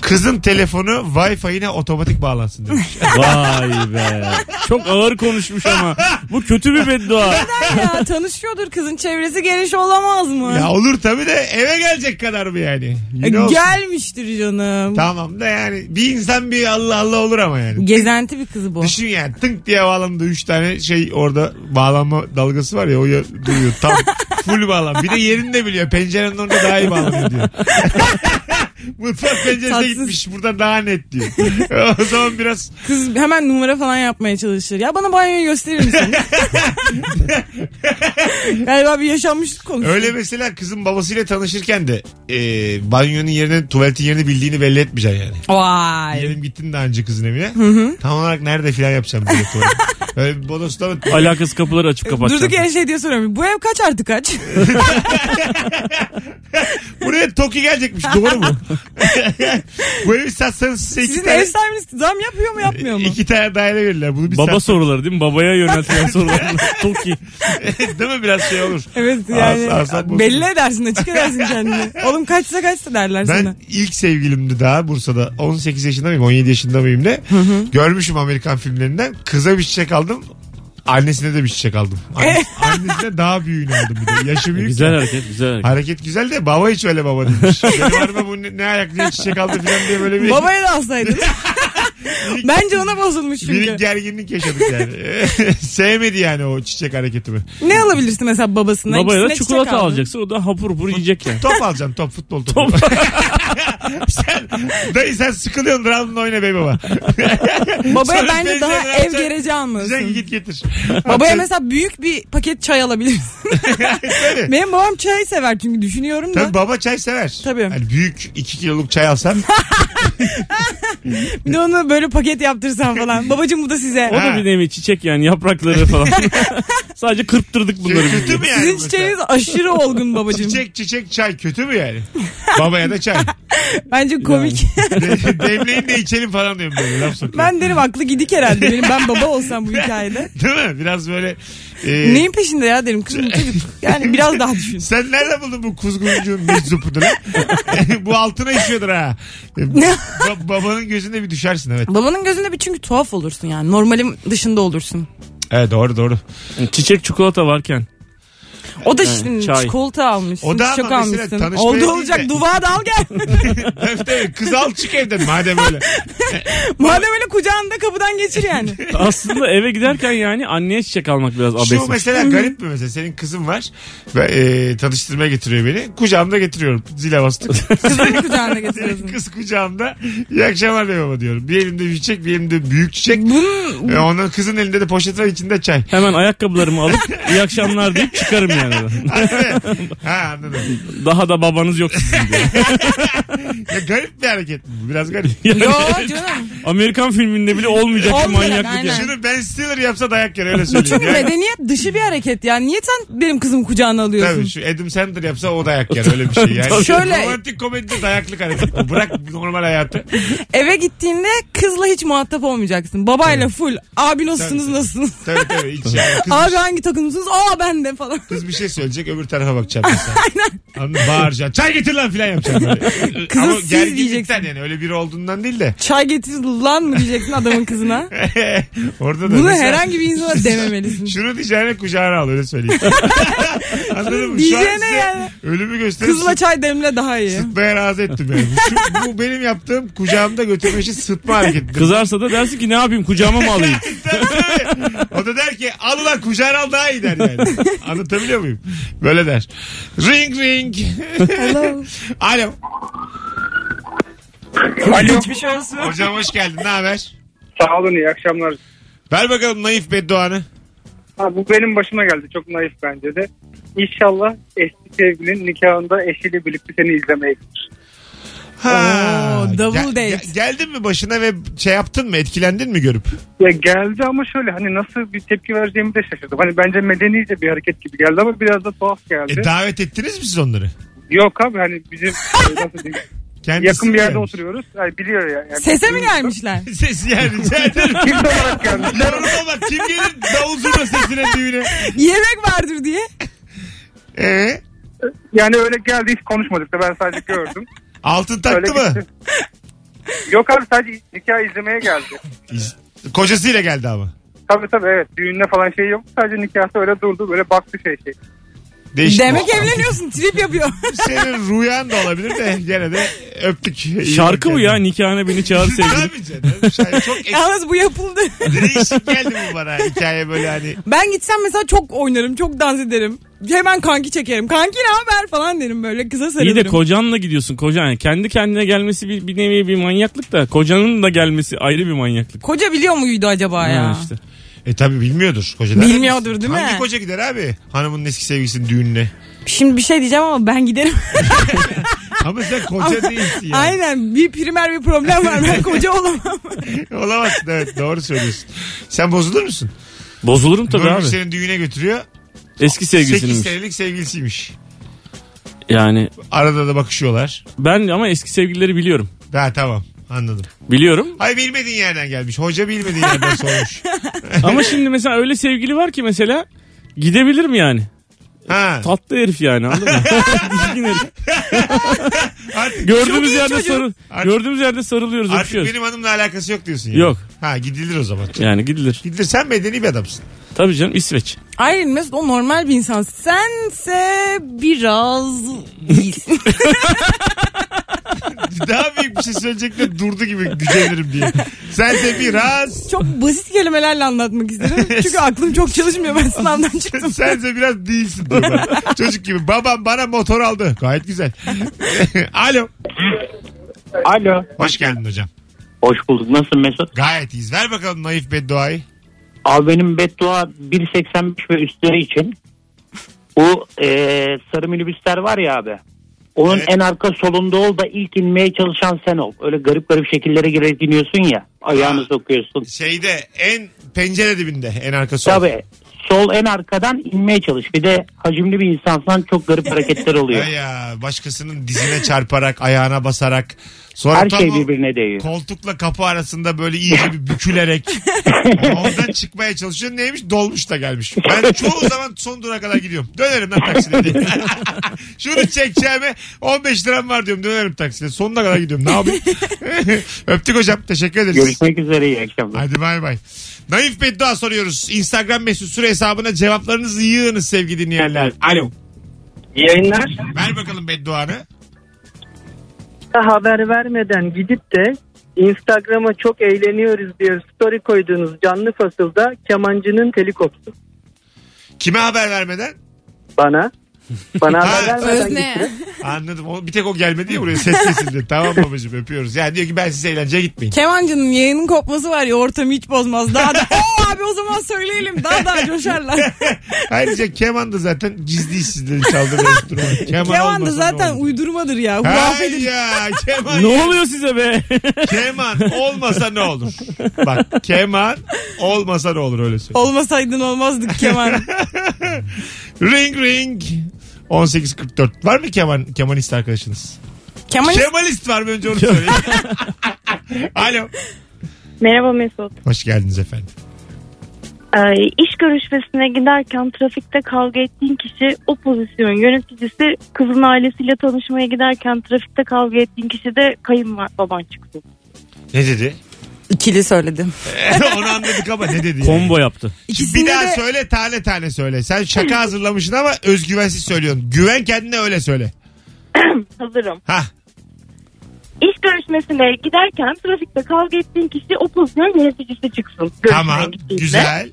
kızın telefonu Wi-Fi'ne otomatik bağlansın demiş. Vay be. Çok ağır konuşmuş ama. Bu kötü bir beddua. ya tanışıyordur kızın çevresi geniş olamaz mı? Ya olur tabii de eve gelecek kadar mı yani? E, Yine olsun. gelmiştir canım. Tamam da yani bir insan bir Allah Allah olur ama yani. Gezenti bir kızı bu. Düşün yani tınk diye bağlandı 3 tane şey orada bağlanma dalgası var ya o ya- duruyor tam full bağlan. Bir de yerini de biliyor pencerenin orada daha iyi bağlanıyor diyor. Mutfak penceresine Tatsız. gitmiş burada daha net diyor. o zaman biraz Kız hemen numara falan yapmaya çalışır. Ya bana banyoyu gösterir misin? Galiba bir yaşanmışlık konuşuyor. öyle mesela kızın babasıyla tanışırken de e, banyonun yerini tuvaletin yerini bildiğini belli etmeyeceksin yani. Vay. Diyelim gittin daha önce kızın evine. Tam olarak nerede filan yapacağım diye tuvalet. Öyle bir bodoslama Alakası kapıları açıp kapatacağım. Durduk yere şey diye soruyorum. Bu ev kaç artı kaç? Buraya Toki gelecekmiş doğru mu? Bu evi satsanız size iki Sizin tane, ev sahibiniz zam yapıyor mu yapmıyor mu? iki tane daire verirler. Bunu bir Baba Baba soruları değil mi? Babaya yöneltilen sorular. Çok iyi. Değil mi biraz şey olur. Evet yani As- aslan bozulur. belli edersin açık edersin kendini. Oğlum kaçsa kaçsa derler sana. Ben ilk sevgilimdi daha Bursa'da 18 yaşında mıyım 17 yaşında mıyım ne? Görmüşüm Amerikan filmlerinden. Kıza bir çiçek aldım. Annesine de bir çiçek aldım. Anne- Annesine daha büyüğünü aldım bir de. Yaşı büyük. E, Güzel ya. hareket güzel hareket. Hareket güzel de baba hiç öyle baba demiş. Benim arama bu ne, ne ayak ne çiçek aldı falan diye böyle bir... Babaya da alsaydın. Bence ona bozulmuş Bir çünkü. gerginlik yaşadık yani. Sevmedi yani o çiçek hareketimi. Ne alabilirsin mesela babasına? Babaya da İkisine çiçek çikolata aldın. alacaksın. O da hapur hapur yiyecek yani. Top alacaksın top futbol topu. sen, dayı sen sıkılıyorsun Ramla oyna bey baba. Babaya Sonra bence daha teyzeler ev alacak. gereci Sen almıyorsun. git getir. Babaya mesela büyük bir paket çay alabilirsin. Tabii. Benim babam çay sever çünkü düşünüyorum da. Tabii baba çay sever. Tabii. Yani büyük 2 kiloluk çay alsan. Bir de onu böyle paket yaptırsan falan. Babacım bu da size. O da Ha. bir nevi çiçek yani yaprakları falan. Sadece kırptırdık bunları. biz. kötü mü yani? Sizin mesela? çiçeğiniz aşırı olgun babacım. Çiçek çiçek çay kötü mü yani? Babaya da çay. Bence komik. De- Demleyin de içelim falan diyorum böyle laf sokuyor. ben derim aklı gidik herhalde. Benim ben baba olsam bu hikayede. Değil mi? Biraz böyle. e, Neyin peşinde ya derim kızım bu çocuk. Yani biraz daha düşün. Sen nereden buldun bu kuzguncuğun meczupunu? bu altına işiyordur ha. Ba- babanın gözünde bir düşersin evet. Babanın gözünde bir çünkü tuhaf olursun yani. Normalim dışında olursun. Evet doğru doğru. Çiçek çikolata varken. O da şimdi çay. çikolata almış. O da ama çok mesela almışsın. tanışmaya Oldu değil olacak de- duvağı da al gel. Tabii tabii. Kız al çık evden madem öyle. Madem öyle kucağında kapıdan geçir yani. Aslında eve giderken yani anneye çiçek almak biraz Şu abes. mesela garip mi mesela senin kızın var ve e, tanıştırmaya getiriyor beni. Kucağımda getiriyorum. Zile bastık. Kızını kucağında Senin getiriyorsun. kız kucağımda. İyi akşamlar be baba diyorum. Bir elimde bir çiçek bir elimde büyük çiçek. Bunun E, ondan kızın elinde de poşet var içinde çay. Hemen ayakkabılarımı alıp iyi akşamlar deyip çıkarım yani. ben. Ha anladım. Daha da babanız yok sizin diye. Ya, garip bir hareket bu. Biraz garip. Yani Yo canım. Amerikan filminde bile olmayacak bir Olmayacak, manyaklık aynen. yani. Şunu Ben Stiller yapsa dayak yer öyle söyleyeyim. Çok Yani- medeniyet dışı bir hareket yani. Niye sen benim kızımı kucağına alıyorsun? Tabii şu Adam Sandler yapsa o dayak yer öyle bir şey. Yani Tabii. Şöyle- Romantik komedide dayaklık hareket. bu. Bırak normal hayatı. Eve gittiğinde kızla hiç muhatap olmayacaksın. Babayla full. Abi nasılsınız Tabii. nasılsınız? Tabii tabii. şey. Hiç yani kız, Abi hangi takımsınız? Aa ben de falan. kız bir şey söyleyecek öbür tarafa bakacağım. Aynen. Anladın, mı? bağıracaksın. Çay getir lan filan yapacaksın. Böyle. Kızı Ama siz gerginlikten diyeceksin. yani öyle biri olduğundan değil de. Çay getir lan mı diyeceksin adamın kızına? Orada da Bunu mesela- herhangi bir insana dememelisin. Şunu diyeceğine kucağına al öyle söyleyeyim. Anladın mı? Şu an Diyeceğine size yani. ölümü gösterip Kızla çay demle daha iyi. sıtmaya razı ettim yani. Şu- bu benim yaptığım kucağımda götürme işi sıtma hareketidir. Kızarsa da dersin ki ne yapayım kucağıma mı alayım? Tabii, tabii. o da der ki al ulan kucağına al daha iyi der yani. Anlatabiliyor muyum? Böyle der. Ring ring. Hello. Alo. Alo. şey Hocam hoş geldin. Ne haber? Sağ olun iyi akşamlar. Ver bakalım naif bedduanı. Ha, bu benim başıma geldi. Çok naif bence de. İnşallah eski sevgilinin nikahında eşiyle birlikte seni izlemeye gidiyor. Oo, double date. geldin mi başına ve şey yaptın mı? Etkilendin mi görüp? E, Ya geldi ama şöyle hani nasıl bir tepki vereceğimi de şaşırdım. Hani bence medenice bir hareket gibi geldi ama biraz da tuhaf geldi. E, davet ettiniz mi siz onları? Yok abi hani bizim e, nasıl diyeyim, Kendisi yakın bir yerde gelmiş. oturuyoruz. Yani biliyor ya. Yani. Sese mi gelmişler? Ses yani rica ederim. Kimse olarak gelmişler. Yoruma bak kim gelir davul zurna sesine düğüne. Yemek vardır diye. Ee, Yani öyle geldi hiç konuşmadık da ben sadece gördüm. altın Öyle taktı mı? gitti. Yok abi sadece nikah izlemeye geldi. İz- Kocasıyla geldi ama. Tabii tabii evet düğünle falan şey yok. Sadece nikahta öyle durdu böyle baktı şey şey. Değişik. Demek evleniyorsun trip yapıyor. Senin rüyan da olabilir de gene de öptük. İyi Şarkı bu bak ya kendine. nikahına beni çağır sevgilim. Tabii canım. Şarkı çok ek- Yalnız bu yapıldı. değişik geldi bu bana hikaye böyle hani. Ben gitsem mesela çok oynarım, çok dans ederim. Hemen kanki çekerim. Kanki ne haber falan derim böyle kıza İyi sarılırım. de kocanla gidiyorsun kocan. Yani kendi kendine gelmesi bir, bir nevi bir manyaklık da kocanın da gelmesi ayrı bir manyaklık. Koca biliyor muydu acaba ya? Ha işte. E tabi bilmiyordur kocalar. Bilmiyordur değil mi? Hangi koca gider abi hanımın eski sevgilisinin düğününe? Şimdi bir şey diyeceğim ama ben giderim. Ama sen koca değilsin ya. Aynen bir primer bir problem var ben koca olamam. Olamazsın evet doğru söylüyorsun. Sen bozulur musun? Bozulurum tabii Görmüş abi. senin düğüne götürüyor. Eski 8 sevgilisinin. senelik sevgilisiymiş. Yani Arada da bakışıyorlar. ben ama eski sevgilileri biliyorum. Ha tamam anladım. Biliyorum. Ay bilmediğin yerden gelmiş. Hoca bilmediğin yerden sormuş. Ama şimdi mesela öyle sevgili var ki mesela gidebilirim yani. Ha. Tatlı herif yani anladın mı? Düzgün herif. Artık- gördüğümüz yerde sarı, Artık- gördüğümüz yerde sarılıyoruz, Artık öpüşüyoruz. benim hanımla alakası yok diyorsun yani. şey Yok. Ha gidilir o zaman. Yani gidilir. Gidilir sen medeni bir adamsın. Tabii canım İsveç. Aynen Mesut o normal bir insan. Sense biraz değilsin. Daha büyük bir şey söyleyecek de durdu gibi gücenirim diye. Sense biraz çok basit kelimelerle anlatmak istedim. Çünkü aklım çok çalışmıyor ben sınavdan çıktım. sense biraz değilsin diyor bana. Çocuk gibi babam bana motor aldı. Gayet güzel. Alo. Alo. Hoş geldin hocam. Hoş bulduk. Nasılsın Mesut? Gayet iyiyiz. Ver bakalım naif bedduayı. Abi benim beddua 1.85 ve üstleri için. Bu e, sarı minibüsler var ya abi. Onun Evet. en arka solunda ol da ilk inmeye çalışan sen ol. Öyle garip garip şekillere girerek iniyorsun ya. Ayağını Ha. sokuyorsun. Şeyde en pencere dibinde en arka sol. Tabii. Sol en arkadan inmeye çalış. Bir de hacimli bir insansan çok garip hareketler oluyor. Ay Ya, başkasının dizine çarparak ayağına basarak sonra Her tam şey o birbirine değiyor. koltukla kapı arasında böyle iyice bir bükülerek oradan çıkmaya çalışıyor neymiş dolmuş da gelmiş ben çoğu zaman son durağa kadar gidiyorum dönerim lan taksiyle diye. şunu çekeceğime 15 liram var diyorum dönerim taksiyle sonuna kadar gidiyorum ne yapayım öptük hocam teşekkür ederiz Görüşmek üzere iyi akşamlar. Hadi bay bay. Naif beddua soruyoruz. Instagram mesut süre hesabına cevaplarınızı yığınız sevgili dinleyenler. Alo. İyi yayınlar. Ver bakalım bedduanı. Daha haber vermeden gidip de Instagram'a çok eğleniyoruz diye story koyduğunuz canlı fasılda kemancının teli koptu. Kime haber vermeden? Bana. Bana haber Ha. vermeden gittiniz. Anladım. O, bir tek o gelmedi ya buraya ses kesildi. tamam babacığım öpüyoruz. Yani diyor ki ben size eğlenceye gitmeyin. Kemancının yayının kopması var ya ortamı hiç bozmaz. Daha da o abi o zaman söyleyelim daha daha coşarlar. Ayrıca keman da zaten gizli işsizleri çaldı. keman, Keman da olmasa zaten ne olur? uydurmadır ya. Hay Hurafedir. ya keman. Ne oluyor size be? Keman olmasa ne olur? Bak keman olmasa ne olur öyle söyleyeyim. Olmasaydın olmazdık keman. Ring ring. 18.44. Var mı keman kemanist arkadaşınız? Kemanist- Kemalist var mı önce onu söyleyeyim. Alo. Merhaba Mesut. Hoş geldiniz efendim. Ee, iş görüşmesine giderken trafikte kavga ettiğin kişi o pozisyon yöneticisi kızın ailesiyle tanışmaya giderken trafikte kavga ettiğin kişi de kayınbaban çıktı. Ne dedi? İkili söyledim. onu anladık ama ne dedi? yani? Combo yaptı. bir daha söyle tane tane söyle. Sen şaka hazırlamışsın ama özgüvensiz söylüyorsun. Güven kendine öyle söyle. Hazırım. Hah. İş görüşmesine giderken trafikte kavga ettiğin kişi o pozisyon yöneticisi çıksın. Görüşmeye Tamam. gittiğinde. Güzel.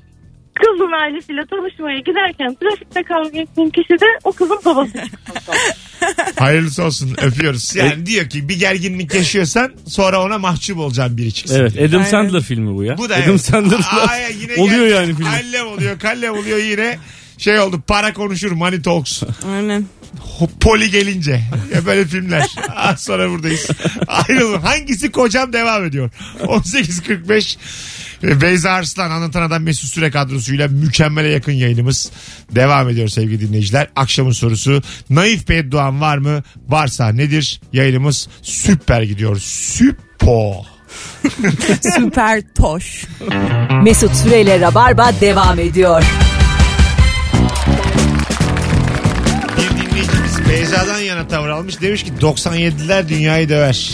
Kızın ailesiyle tanışmaya giderken trafikte kavga ettiğin kişi de o kızın babası çıksın. Hayırlısı olsun. Öpüyoruz. Yani diyor ki bir gerginlik yaşıyorsan sonra ona mahcup olacağım biri çıksın. Evet diyor. Adam Sandler filmi bu ya. Bu da Adam evet. Sandler'la Aa, yine oluyor gel- yani film. Hallem oluyor, kallem oluyor yine. Şey oldu para konuşur money talks. Aynen. Ho- Poli gelince. Ya böyle filmler. Az sonra buradayız. Ayrılın. Hangisi kocam devam ediyor. 18.45 Ee, Beyza Arslan anlatan adam Mesut Süre kadrosuyla mükemmele yakın yayınımız devam ediyor sevgili dinleyiciler. Akşamın sorusu naif bedduan var mı? Varsa nedir? Yayınımız süper gidiyor. Süpo. Süper toş. Mesut Süreyle Rabarba devam ediyor. Bir dinleyicimiz Beyza'dan yana tavır almış. Demiş ki 97'ler dünyayı döver.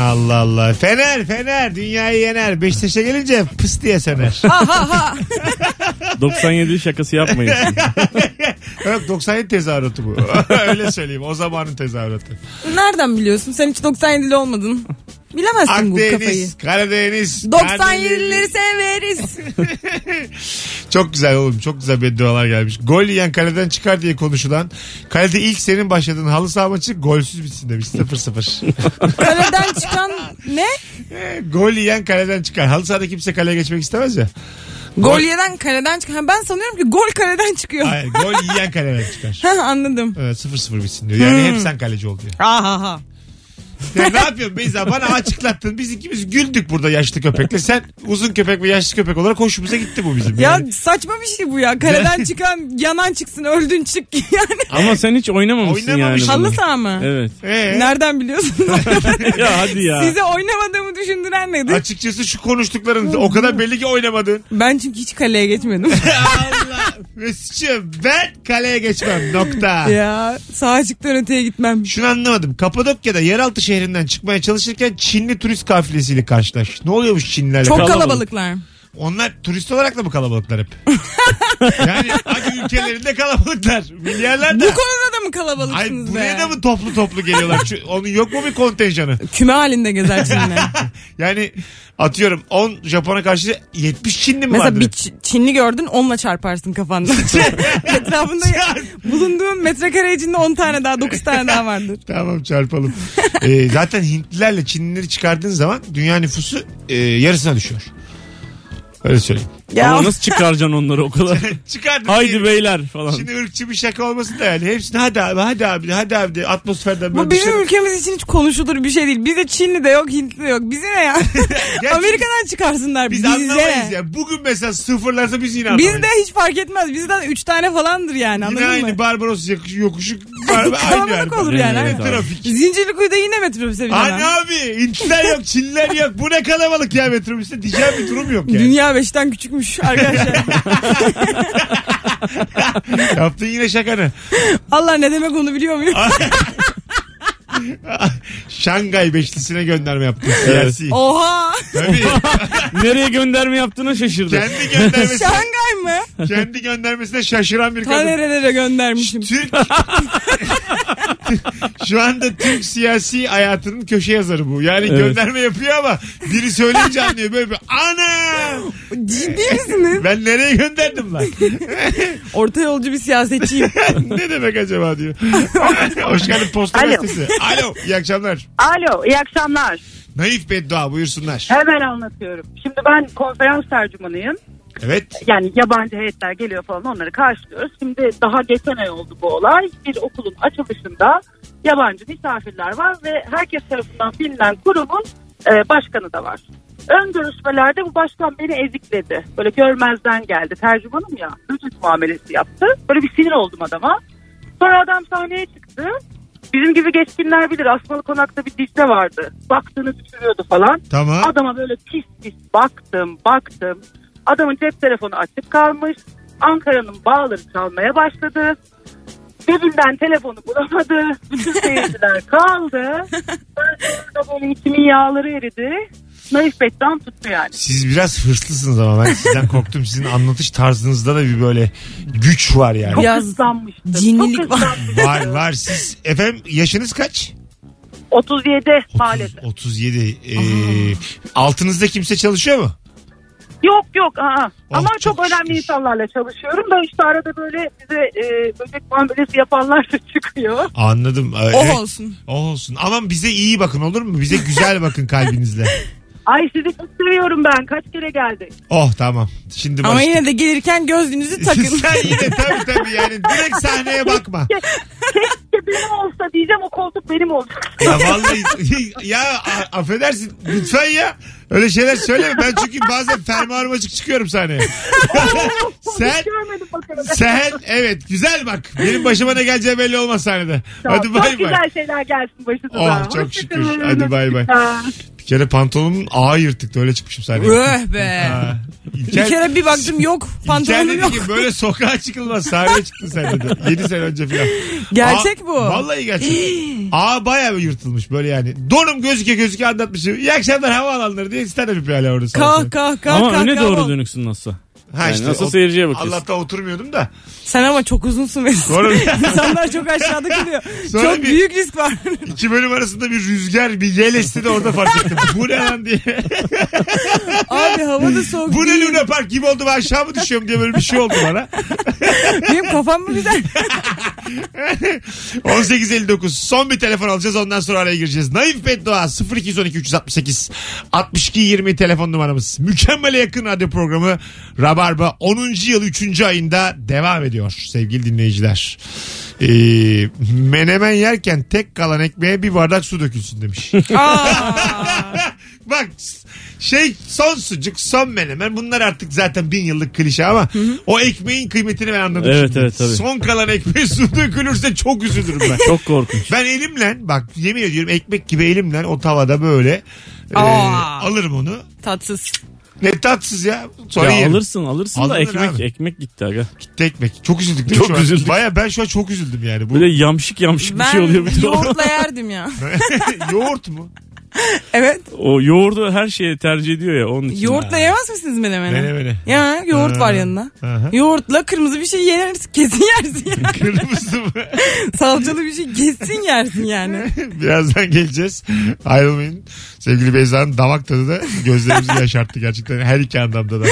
Allah Allah. Fener Fener dünyayı yener. Beşiktaş'a gelince pıs diye söner. Aha ha. 97 şakası yapmayın. Yok 97 tezahüratı bu. Öyle söyleyeyim. O zamanın tezahüratı. Nereden biliyorsun? Sen hiç 97'li olmadın. Bilemezsin bu kafayı. Akdeniz, Karadeniz. 97'lileri severiz. Çok güzel oğlum. Çok güzel beddualar gelmiş. Gol yiyen kaleden çıkar diye konuşulan. Kalede ilk senin başladığın halı saha maçı golsüz bitsin demiş. 0-0. Kaleden çıkan ne? E, Gol yiyen kaleden çıkar. Halı sahada kimse kaleye geçmek istemez ya. Gol yeden kaleden çıkan. Ha, Ben sanıyorum ki gol kaleden çıkıyor. Hayır, gol yiyen kaleden çıkar. Ha, anladım. Evet, 0-0 bitsin diyor. Yani hep sen kaleci ol diyor. Aha ha. Ya ne yapıyorsun Beyza? Bana açıklattın. Biz ikimiz güldük burada yaşlı köpekle. Sen uzun köpek ve yaşlı köpek olarak hoşumuza gitti bu bizim. Ya Yani saçma bir şey bu ya. Kaleden çıkan yanan çıksın öldün çık yani. Ama sen hiç oynamamışsın yani. Oynamamışım. bunu. Halı saha mı? Evet. Ee? Nereden biliyorsun? ya hadi ya. Size oynamadığımı düşündüren nedir? Açıkçası şu konuştukların Hmm. o kadar belli ki oynamadın. Ben çünkü hiç kaleye geçmedim. Allah Mesut'cum ben kaleye geçmem nokta. ya sağ açıktan öteye gitmem. Şunu anlamadım. Kapadokya'da yeraltı şehrinden çıkmaya çalışırken Çinli turist kafilesiyle karşılaş. Ne oluyormuş Çinlilerle? Çok Kalabalık. kalabalıklar. Onlar turist olarak da mı kalabalıklar hep? yani hadi ülkelerinde kalabalıklar. Milyarlar Bu da. konuda da mı Ay kalabalıksınız buraya be? da mı toplu toplu geliyorlar? Şu, onun yok mu bir kontenjanı? Küme halinde gezer Çin'le. Yani atıyorum 10 Japon'a karşı 70 Çinli mi Mesela vardır? bir Ç- Çinli gördün onunla çarparsın kafanda. Etrafında bulunduğun metrekare içinde 10 tane daha 9 tane daha vardır. Tamam çarpalım. Ee, zaten Hintlilerle Çinlileri çıkardığın zaman dünya nüfusu e, yarısına düşüyor. Öyle söyleyeyim. Ya Ama nasıl çıkaracaksın onları o kadar? Çıkardın. diye- Haydi beyler falan. Şimdi ırkçı bir şaka olmasın da yani. Hepsini hadi abi hadi abi hadi abi de atmosferden böyle şey- bu dışarı- bizim ülkemiz için hiç konuşulur bir şey değil. Bizde Çinli de yok, Hintli de yok. Bize ne ya? Gerçi Amerika'dan çıkarsınlar Biz bize. anlamayız ya. Bugün mesela sıfırlarsa biz yine anlamayız. Bizde hiç fark etmez. Bizden 3 tane falandır yani anladın Yine aynı mı? Barbaros yakış- yokuşu. Bar- aynı Kalabalık yani. olur Evet, yani. evet. Evet. Trafik. Zincirlikuyu'da yine metrobüse binemem. Anne abi Hintliler yok Çinliler yok. Bu ne kalabalık ya metrobüste diyeceğim bir durum yok yani. Dünya beşten küçükmüş arkadaşlar. Yaptın yine şakanı. Allah ne demek onu biliyor muyum? Şangay Beşlisi'ne gönderme yaptı. Siyasi. Oha. Tabii. Nereye gönderme yaptığına şaşırdım. Kendi göndermesi. Şangay mı? kendi göndermesine şaşıran bir kadın. Tanelere göndermişim. Türk. Şu anda Türk siyasi hayatının köşe yazarı bu. Yani Evet. gönderme yapıyor ama biri söyleyince anlıyor. Böyle bir ana! Ciddi misiniz? Ben nereye gönderdim lan? Orta yolcu bir siyasetçiyim. ne demek acaba diyor. Hoş geldin posta Alo. gazetesi. Alo iyi akşamlar. Alo iyi akşamlar. Naif beddua buyursunlar. Hemen anlatıyorum. Şimdi ben konferans tercümanıyım. Evet. Yani yabancı heyetler geliyor falan onları karşılıyoruz. Şimdi daha geçen ay oldu bu olay. Bir okulun açılışında yabancı misafirler var ve herkes tarafından bilinen kurumun e, başkanı da var. Ön görüşmelerde bu başkan beni ezikledi. Böyle görmezden geldi. Tercümanım ya. Ücret muamelesi yaptı. Böyle bir sinir oldum adama. Sonra adam sahneye çıktı. Bizim gibi geçkinler bilir. Asmalı Konak'ta bir dikte vardı. Baktığını düşürüyordu falan. Tamam. Adama böyle pis pis baktım baktım. Adamın cep telefonu açık kalmış. Ankara'nın bağları çalmaya başladı. Cebinden telefonu bulamadı. Bütün seyirciler kaldı. Ben de orada böyle içimin yağları eridi. Naif Bettan tuttu yani. Siz biraz hırslısınız ama ben sizden korktum. Sizin anlatış tarzınızda da bir böyle güç var yani. Çok hızlanmıştı. Cinlilik var. Var var siz. Efendim yaşınız kaç? 37 maalesef. 37. Ee, altınızda kimse çalışıyor mu? Yok yok. Aa. Ama çok çok, önemli insanlarla çalışıyorum da işte arada böyle bize e, böcek muamelesi yapanlar da çıkıyor. Anladım. Ee, Oh evet. olsun. Oh olsun. Aman bize iyi bakın olur mu? Bize güzel bakın kalbinizle. Ay sizi çok seviyorum ben. Kaç kere geldik. Oh tamam. Şimdi Ama barıştık. yine de gelirken gözlüğünüzü takın. Sen yine tabii tabii yani direkt sahneye bakma. Keşke benim olsa diyeceğim o koltuk benim olacak. Ya vallahi ya a- affedersin lütfen ya. Öyle şeyler söyleme. Ben çünkü bazen fermuarım açık çıkıyorum sahneye. sen Görmedim bakalım. sen evet güzel bak. Benim başıma ne geleceği belli olmaz sahnede. Tamam, Hadi bay çok bay. güzel şeyler gelsin başınıza. Oh, Hoşça çok şükür. kalın. Hadi bay bay. Hoşça kalın. Bir kere pantolonumun ağı yırtıktı öyle çıkmışım sahneye. Öh be. Ha. Bir İlker- kere bir baktım yok. İlker Pantolonum dedi yok. ki böyle sokağa çıkılmaz sahneye çıktın sen dedi. 7 sene önce falan. Gerçek Aa, bu. Vallahi gerçek. Aa bayağı bir yırtılmış böyle yani. Donum gözüke gözüke anlatmışım. İyi akşamlar havaalanları diye stand up yapıyor hala orada. sabah Kah sabah. kah kah Ama kah öne kah doğru ol. dönüksün nasıl? Ha Yani işte nasıl o- seyirciye bakıyorsun? Allah'ta oturmuyordum da. Sen ama çok uzunsun Mesut. Doğru. İnsanlar çok aşağıda kalıyor. Sonra çok bir- büyük risk var. İki bölüm arasında bir rüzgar bir yel esti de orada fark ettim. Bu ne lan diye. Abi hava da soğuk Bu ne değil. Luna Park gibi oldu ben aşağı mı düşüyorum diye böyle bir şey oldu bana. Benim kafam mı güzel? 18.59 son bir telefon alacağız ondan sonra araya gireceğiz. Naif Beddua 0212 368 62 20 telefon numaramız. Mükemmele yakın radyo programı Rabarba 10. yıl 3. ayında devam ediyor sevgili dinleyiciler. Ee, menemen yerken tek kalan ekmeğe bir bardak su dökülsün demiş. Bak şey son sucuk son menemen bunlar artık zaten bin yıllık klişe ama o ekmeğin kıymetini ben anladım. Evet, şimdi. evet, tabii. Son kalan ekmeği su dökülürse çok üzülürüm ben. Çok korkunç. Ben elimle bak yemin ediyorum ekmek gibi elimle o tavada böyle e, Aa. alırım onu. Tatsız. Ne tatsız ya. Sonra Ya yerim. alırsın alırsın da Alınır ekmek abi. ekmek gitti aga. Gitti ekmek. Çok üzüldük değil mi Çok şu an? üzüldük. Baya ben şu an çok üzüldüm yani. Bu... Böyle yamşık yamşık bir şey oluyor. Ben Bir de o- yoğurtla yerdim ya. Yoğurt mu? Evet. o yoğurdu her şeye tercih ediyor ya onun için. Yoğurtla yemez misiniz menemeni? Menemeni. Ya yoğurt Ha. var yanında. Aha. Yoğurtla kırmızı bir şey yersin. Kesin yersin yani. Kırmızı mı? Salçalı bir şey kesin yersin yani. Birazdan geleceğiz. Ayrılmayın. Sevgili Beyza'nın damak tadı da gözlerimizi yaşarttı gerçekten her iki anlamda da.